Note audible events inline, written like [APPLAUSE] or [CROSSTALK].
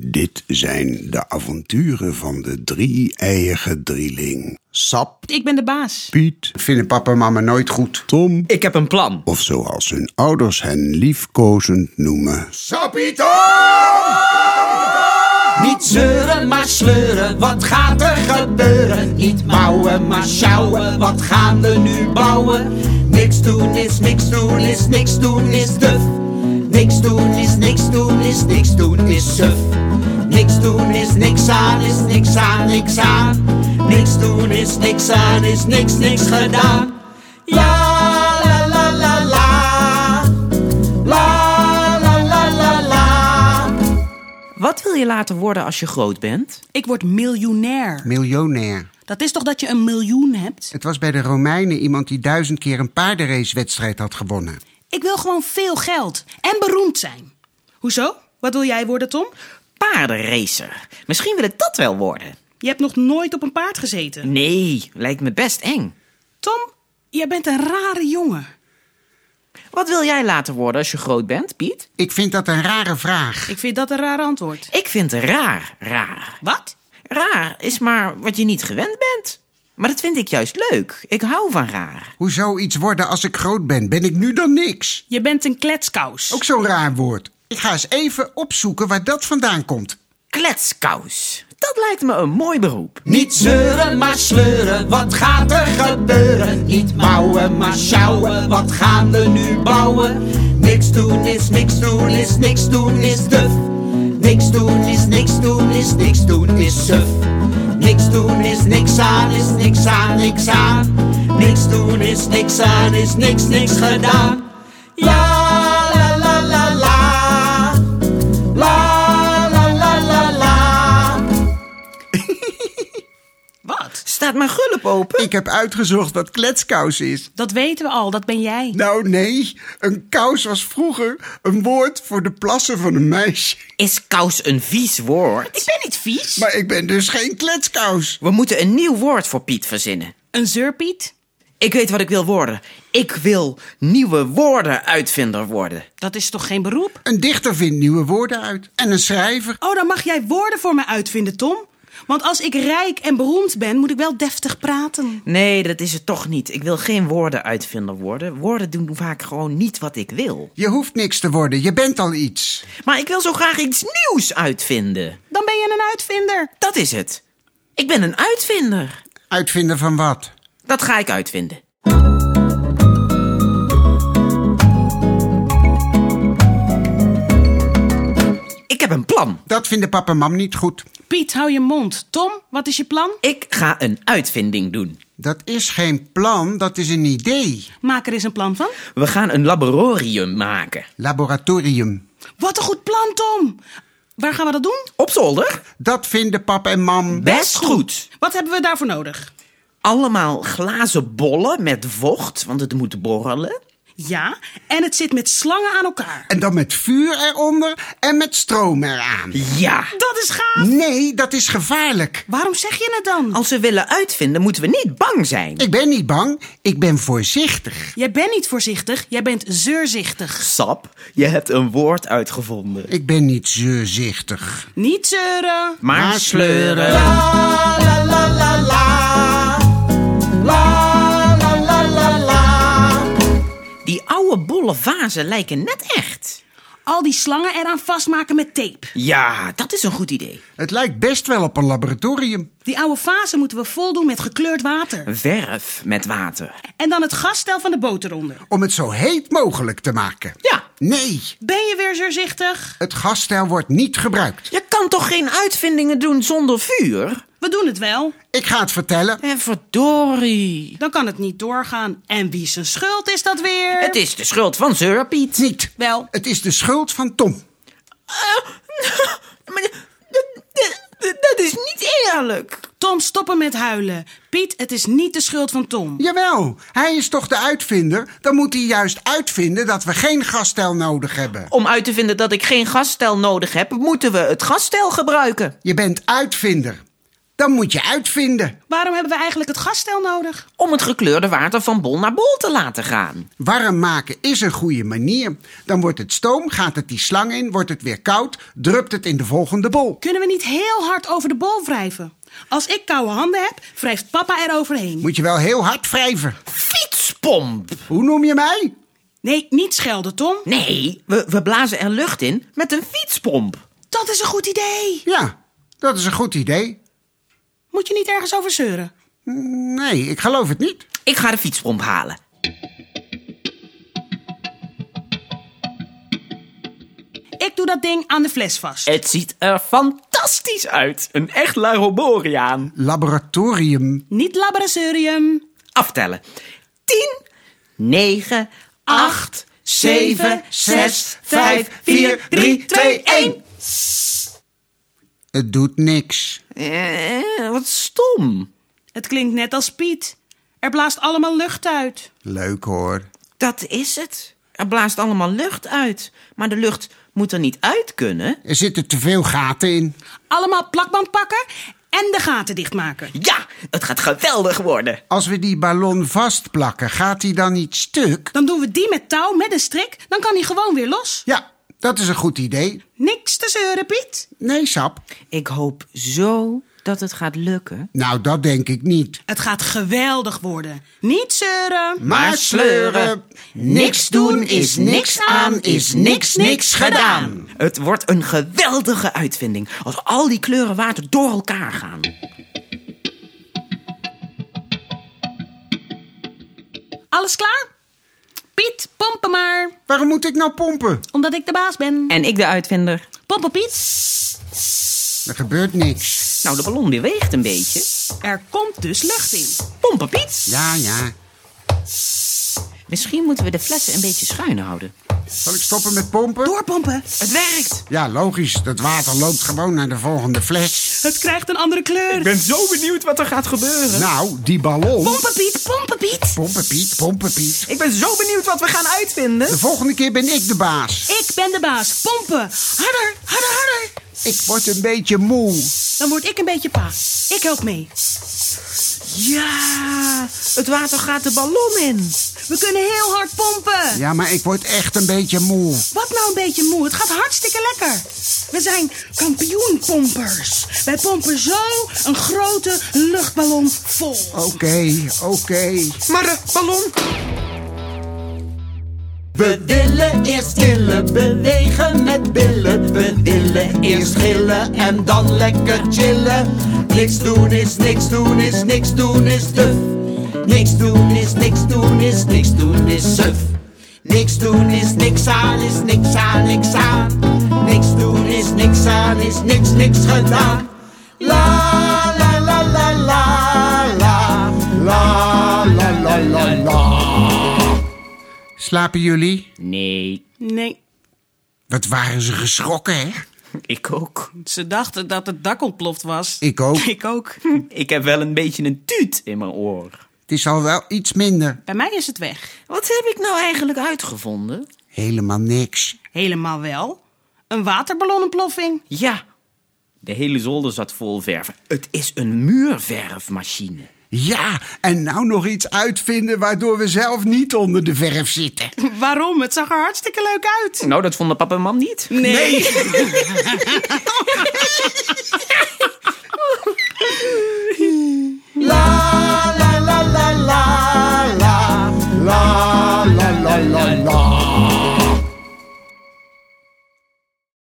Dit zijn de avonturen van de drie-eiige drieling. Sap, Ik ben de baas. Piet, vinden papa en mama nooit goed. Tom, Ik heb een plan. of zoals hun ouders hen liefkozend noemen. Sapito! Niet zeuren, maar sleuren, wat gaat er gebeuren? Niet mouwen, maar sjouwen, wat gaan we nu bouwen? Niks doen is niks doen is niks doen is duf. Niks doen is niks doen is niks doen is suf. Niks doen is niks aan is niks aan niks aan. Niks doen is niks aan is niks niks gedaan. Ja, la la la la. La la la la la. Wat wil je laten worden als je groot bent? Ik word miljonair. Miljonair. Dat is toch dat je een miljoen hebt? Het was bij de Romeinen iemand die duizend keer een paardenracewedstrijd had gewonnen. Ik wil gewoon veel geld en beroemd zijn. Hoezo? Wat wil jij worden, Tom? Paardenracer. Misschien wil ik dat wel worden. Je hebt nog nooit op een paard gezeten. Nee, lijkt me best eng. Tom, jij bent een rare jongen. Wat wil jij laten worden als je groot bent, Piet? Ik vind dat een rare vraag. Ik vind dat een raar antwoord. Ik vind raar, raar. Wat? Raar is maar wat je niet gewend bent. Maar dat vind ik juist leuk. Ik hou van raar. Hoezo iets worden als ik groot ben? Ben ik nu dan niks? Je bent een kletskous. Ook zo'n raar woord. Ik ga eens even opzoeken waar dat vandaan komt. Kletskous. Dat lijkt me een mooi beroep. Niet zeuren, maar sleuren. Wat gaat er gebeuren? Niet mouwen, maar sjouwen. Wat gaan we nu bouwen? Niks doen is niks doen is niks doen is duf. Niks doen is niks doen is niks doen is suf. Niks doen is niks aan is niks aan niks aan. Niks doen is niks aan is niks niks gedaan. Ja, la la la la. La la la la la. Wat? Staat mijn gulp open? Ik heb uitgezocht wat kletskous is. Dat weten we al, dat ben jij. Nou nee, een kous was vroeger een woord voor de plassen van een meisje. Is kous een vies woord? ben niet vies. Maar ik ben dus geen kletskous. We moeten een nieuw woord voor Piet verzinnen. Een zeurpiet? Ik weet wat ik wil worden. Ik wil nieuwe woorden uitvinder worden. Dat is toch geen beroep? Een dichter vindt nieuwe woorden uit. En een schrijver. Oh, dan mag jij woorden voor me uitvinden, Tom. Want als ik rijk en beroemd ben, moet ik wel deftig praten. Nee, dat is het toch niet. Ik wil geen woorden uitvinder worden. Woorden doen vaak gewoon niet wat ik wil. Je hoeft niks te worden, je bent al iets. Maar ik wil zo graag iets nieuws uitvinden. Dan ben je een uitvinder. Dat is het. Ik ben een uitvinder. Uitvinden van wat? Dat ga ik uitvinden. Ik heb een plan. Dat vinden papa en mam niet goed. Piet, hou je mond. Tom, wat is je plan? Ik ga een uitvinding doen. Dat is geen plan, dat is een idee. Maak er eens een plan van. We gaan een laboratorium maken. Laboratorium. Wat een goed plan, Tom. Waar gaan we dat doen? Op zolder? Dat vinden papa en mam. Best goed. Wat hebben we daarvoor nodig? Allemaal glazen bollen met vocht, want het moet borrelen. Ja, en het zit met slangen aan elkaar. En dan met vuur eronder en met stroom eraan. Ja. Dat is gaaf. Nee, dat is gevaarlijk. Waarom zeg je het dan? Als we willen uitvinden, moeten we niet bang zijn. Ik ben niet bang, ik ben voorzichtig. Jij bent niet voorzichtig, jij bent zeurzichtig. Sap, je hebt een woord uitgevonden. Ik ben niet zeurzichtig. Niet zeuren. Maar sleuren. Die oude bolle vazen lijken net echt. Al die slangen eraan vastmaken met tape. Ja, dat is een goed idee. Het lijkt best wel op een laboratorium. Die oude vazen moeten we voldoen met gekleurd water. Verf met water. En dan het gasstel van de boot eronder. Om het zo heet mogelijk te maken. Ja, Nee, Ben je weer zeurzichtig? het gasstijl wordt niet gebruikt. je kan toch geen uitvindingen doen zonder vuur? We doen het wel. Ik ga het vertellen. En verdorie. Dan kan het niet doorgaan. En wie zijn schuld is dat weer? Het is de schuld van Zeurpiet. Niet. Wel. Het is de schuld van Tom. Maar dat, dat, dat is niet eerlijk. Tom, stoppen met huilen. Piet, het is niet de schuld van Tom. Jawel, hij is toch de uitvinder? Dan moet hij juist uitvinden dat we geen gasstijl nodig hebben. Om uit te vinden dat ik geen gasstel nodig heb, moeten we het gasstel gebruiken. Je bent uitvinder. dan moet je uitvinden. Waarom hebben we eigenlijk het gastel nodig? Om het gekleurde water van bol naar bol te laten gaan. Warm maken is een goede manier. Dan wordt het stoom, gaat het die slang in, wordt het weer koud, drupt het in de volgende bol. Kunnen we niet heel hard over de bol wrijven? Als ik koude handen heb, wrijft papa er overheen. Moet je wel heel hard wrijven. Fietspomp! Hoe noem je mij? Nee, niet schelden, Tom. Nee, we, we blazen er lucht in met een fietspomp. Dat is een goed idee. Ja, dat is een goed idee. Moet je niet ergens over zeuren? Nee, ik geloof het niet. Ik ga de fietspomp halen. Ik doe dat ding aan de fles vast. Het ziet er fantastisch uit. Een echt Laroboriaan. Laboratorium. Niet laboratorium. Aftellen. 10, 9, 8, 7, 6, 5, 4, 3, 2, 1. Het doet niks. Eh, wat stom. Het klinkt net als Piet. Er blaast allemaal lucht uit. Leuk hoor. Dat is het. Er blaast allemaal lucht uit. Maar de lucht moet er niet uit kunnen. Er zitten te veel gaten in. Allemaal plakband pakken en de gaten dichtmaken. Ja, het gaat geweldig worden. Als we die ballon vastplakken, gaat die dan niet stuk? Dan doen we die met touw, met een strik. Dan kan hij gewoon weer los. Ja, dat is een goed idee. Niks te zeuren, Piet. Nee, Sap. Ik hoop zo dat het gaat lukken. Nou, dat denk ik niet. Het gaat geweldig worden. Niet zeuren. Maar sleuren. Niks doen is niks aan, is niks niks gedaan. Het wordt een geweldige uitvinding als al die kleuren water door elkaar gaan. Alles klaar? Piet, pompen maar. Waarom moet ik nou pompen? Omdat ik de baas ben. En ik de uitvinder. Pompen, Piet. Er gebeurt niks. Nou, de ballon die weegt een beetje. Er komt dus lucht in. Pompen, Piet. Ja, ja. Misschien moeten we de flessen een beetje schuin houden. Zal ik stoppen met pompen? Doorpompen. Het werkt. Ja, logisch. Dat water loopt gewoon naar de volgende fles. Het krijgt een andere kleur. ben zo benieuwd wat er gaat gebeuren. Nou, die ballon. Pompen, Piet. Pompen, Piet. Pompen, Piet, pompen, Piet. Ik ben zo benieuwd wat we gaan uitvinden. De volgende keer ben ik de baas. Ik ben de baas. Pompen. Harder, harder, harder. Ik word een beetje moe. Dan word ik een beetje pa. Ik help mee. Ja, het water gaat de ballon in. We kunnen heel hard pompen. Ja, maar ik word echt een beetje moe. Wat nou een beetje moe? Het gaat hartstikke lekker. We zijn kampioenpompers. Wij pompen zo een grote luchtballon vol. Oké, oké. Oh, Maar de ballon We willen eerst killen, bewegen met billen. We willen eerst gillen en dan lekker chillen. Niks doen is niks doen is niks doen is duf. Niks doen is niks doen is niks doen is suf. Niks doen is niks aan is niks aan niks aan. Niks doen is niks aan is niks niks gedaan. La la la la la la la la la la la. Slapen jullie? Nee, Nee, Wat waren ze geschrokken, hè? ik ook. ze dachten dat het dak ontploft was. Ik [LAUGHS] ook. Ik ook. Ik heb wel een beetje een tuut in mijn oor. Het is al wel iets minder. Bij mij is het weg. Wat heb ik nou eigenlijk uitgevonden? Helemaal niks. Helemaal wel. Een waterballonnenploffing. Ja, de hele zolder zat vol verven. Het is een muurverfmachine. Ja, en nou nog iets uitvinden waardoor we zelf niet onder de verf zitten. Waarom? Het zag er hartstikke leuk uit. Nou, dat vonden papa en mam niet. Nee.